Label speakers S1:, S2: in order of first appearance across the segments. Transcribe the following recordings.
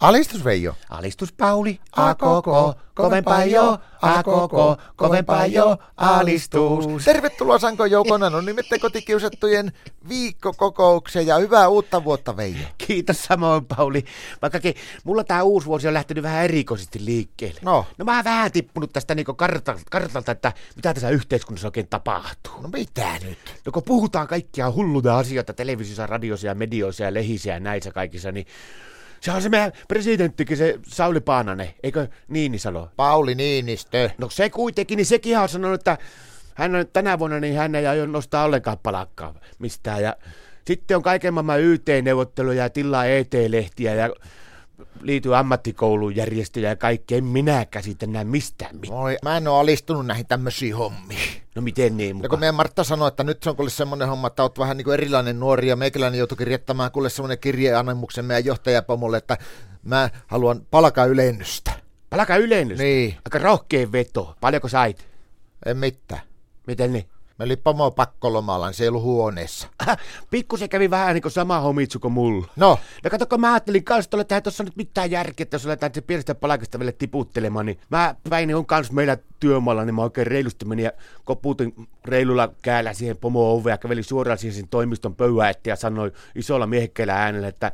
S1: Alistus Veijo.
S2: Alistus Pauli, a koko, kovempaa jo, a koko, kovempaa jo, alistus.
S1: Tervetuloa Sanko Joukona, no nimette kotikiusattujen viikkokokoukseen ja hyvää uutta vuotta Veijo.
S2: Kiitos samoin Pauli, vaikkakin mulla tämä uusi vuosi on lähtenyt vähän erikoisesti liikkeelle.
S1: No.
S2: No mä oon vähän tippunut tästä niinku kartalta, kartalta, että mitä tässä yhteiskunnassa oikein tapahtuu.
S1: No mitä nyt?
S2: No kun puhutaan kaikkia hulluja asioita televisiossa, radiossa ja medioissa ja lehissä ja näissä kaikissa, niin se on se meidän presidenttikin, se Sauli Paananen, eikö Niinisalo?
S1: Pauli Niinistö.
S2: No se kuitenkin, niin sekin on sanonut, että hän on tänä vuonna, niin hän ei aio nostaa ollenkaan palakkaa mistään. Ja sitten on kaiken maailman YT-neuvotteluja ja tilaa ET-lehtiä ja liity ammattikouluun järjestöjä ja kaikkea. En minä käsitä enää mistään mitään.
S1: Moi, mä en oo alistunut näihin tämmöisiin hommiin.
S2: No miten niin
S1: Ja kun
S2: mukaan?
S1: meidän Martta sanoi, että nyt se on kuule semmoinen homma, että oot vähän niin kuin erilainen nuori ja meikäläinen joutui kirjoittamaan kuule semmoinen kirjeannemuksen meidän johtajapomolle, että mä haluan palkaa ylennystä.
S2: Palaka ylennys.
S1: Niin,
S2: Aika rohkea veto. Paljonko sait?
S1: en mitään.
S2: Miten niin?
S1: Me oli pomo pakkolomalla, niin se ei ollut huoneessa.
S2: Pikkusen kävi vähän niin kuin sama homitsu kuin mulla.
S1: No,
S2: No kato, kun mä ajattelin kans, että eihän tuossa nyt mitään järkeä, että jos aletaan se pienestä palakasta vielä tiputtelemaan, niin mä päin on kans meillä työmaalla, niin mä oikein reilusti menin ja koputin reilulla käällä siihen pomo ovea, kävelin suoraan siihen sen toimiston pöyään eteen ja sanoin isolla miehekkäillä äänellä, että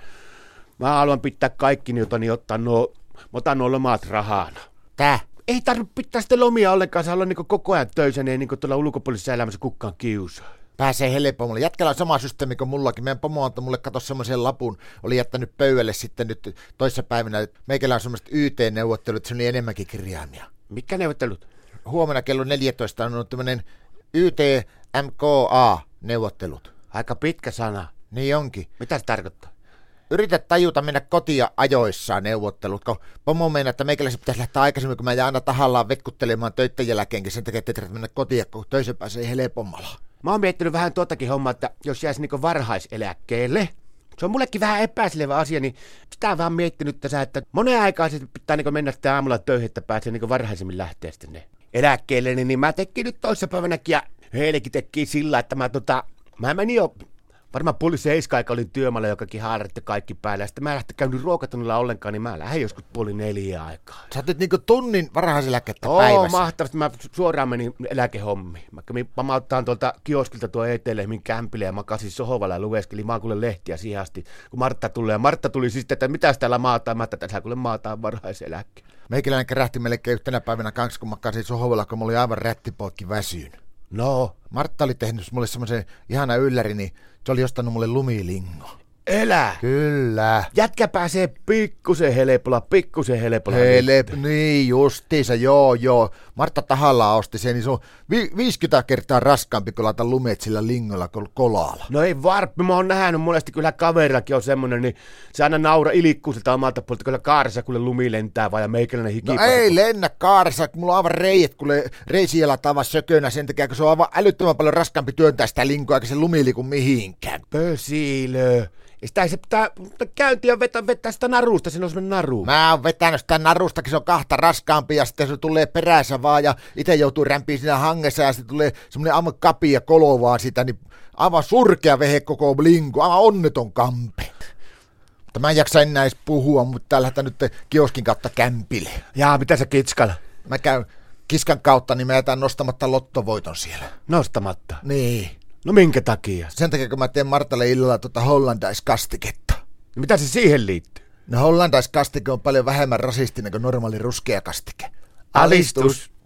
S2: mä haluan pitää kaikki, niin otani ottaa nuo, mä otan nuo lomat rahana.
S1: tää.
S2: Ei tarvitse pitää sitä lomia ollenkaan, se on niin koko ajan töissä, niin ei niin tuolla ulkopuolisessa elämässä kukaan kiusaa.
S1: Pääsee helpommalle. Jätkällä on sama systeemi kuin mullakin. Meidän pomo antoi mulle kato semmoisen lapun. Oli jättänyt pöydälle sitten nyt toissa päivänä. Meikälä on semmoiset YT-neuvottelut, se oli enemmänkin kirjaimia.
S2: Mitkä neuvottelut?
S1: Huomenna kello 14 on tämmöinen YT-MKA-neuvottelut.
S2: Aika pitkä sana.
S1: Niin onkin.
S2: Mitä se tarkoittaa?
S1: Yritä tajuta mennä kotia ajoissa neuvottelut, kun pomo meinaa, että meikäläisen pitäisi lähteä aikaisemmin, kun mä jään aina tahallaan vetkuttelemaan töiden jälkeenkin sen takia, että ei mennä kotia, kun töissä pääsee helpommalla.
S2: Mä oon miettinyt vähän tuotakin hommaa, että jos jäisi niinku varhaiseläkkeelle, se on mullekin vähän epäselvä asia, niin sitä on vähän miettinyt tässä, että monen aikaa sitten pitää niinku mennä sitten aamulla töihin, että pääsee niinku varhaisemmin lähteä sinne eläkkeelle, niin, niin mä tekin nyt toissapäivänäkin ja heillekin teki sillä, että mä tota, mä menin jo varmaan puoli seiska aika olin työmaalla jokakin haaratti kaikki päällä, ja sitten mä en lähtenyt käynyt ruokatunnilla ollenkaan, niin mä lähden joskus puoli neljä aikaa.
S1: Sä otit niinku tunnin varhaiseläkettä
S2: Oo,
S1: päivässä.
S2: mahtavasti. Mä suoraan menin eläkehommiin. Mä kävin pamauttaan tuolta kioskilta tuo etelehmin kämpille ja makasin sohovalla ja lueskelin vaan kuule lehtiä siihen asti, kun Martta tulee. Ja Martta tuli siis, että mitä täällä maataan. Mä ajattelin, että tässä kuule maataan varhaiseläkkeen.
S1: Meikäläinen kerähti melkein yhtenä päivänä kanssa, kun mä kasin sohovalla, kun mulla oli aivan rättipoikki väsyyn.
S2: No,
S1: Martta oli tehnyt mulle semmoisen ihana ylläri, niin se oli ostanut mulle lumilingo.
S2: elä!
S1: Kyllä.
S2: Jätkä pääsee pikkusen helpolla, pikkusen helpolla.
S1: Hele, niin justiinsa, joo joo. Martta tahallaan osti sen, niin se on vi- 50 kertaa raskaampi kuin laita lumet sillä lingolla kol- kolalla.
S2: No ei varppi, mä oon nähnyt monesti kyllä kaverillakin on semmoinen, niin se aina naura ilikkuuselta omalta puolelta, kyllä kaarsa kuule lumi lentää vaan ja meikäläinen hiki.
S1: No ei lennä kaarsa, kun mulla on aivan reijet, kun reisijällä aivan sökönä sen takia, kun se on aivan älyttömän paljon raskaampi työntää sitä linkoa, eikä se lumiliku mihinkään.
S2: Pösilö. Ja sitä ei se pitää pitää käyntiä vetää, vetää sitä narusta, sen on semmoinen naru. Mä...
S1: Mä oon vetänyt sitä narustakin, se on kahta raskaampi ja sitten se tulee perässä vaan ja itse joutuu rämpiin siinä hangessa ja sitten tulee semmoinen aivan kapi ja kolovaa sitä, niin aivan surkea vehe koko linku, aivan onneton kampe. Mutta mä en jaksa enää edes puhua, mutta tää lähdetään nyt kioskin kautta kämpille.
S2: Jaa, mitä sä kitskalla?
S1: Mä käyn kiskan kautta, niin mä jätän nostamatta lottovoiton siellä.
S2: Nostamatta.
S1: Niin.
S2: No minkä takia?
S1: Sen takia, kun mä teen Martalle illalla tuota hollandaiskastiketta.
S2: No mitä se siihen liittyy?
S1: No hollandaiskastike on paljon vähemmän rasistinen kuin normaali ruskea kastike.
S2: Alistus.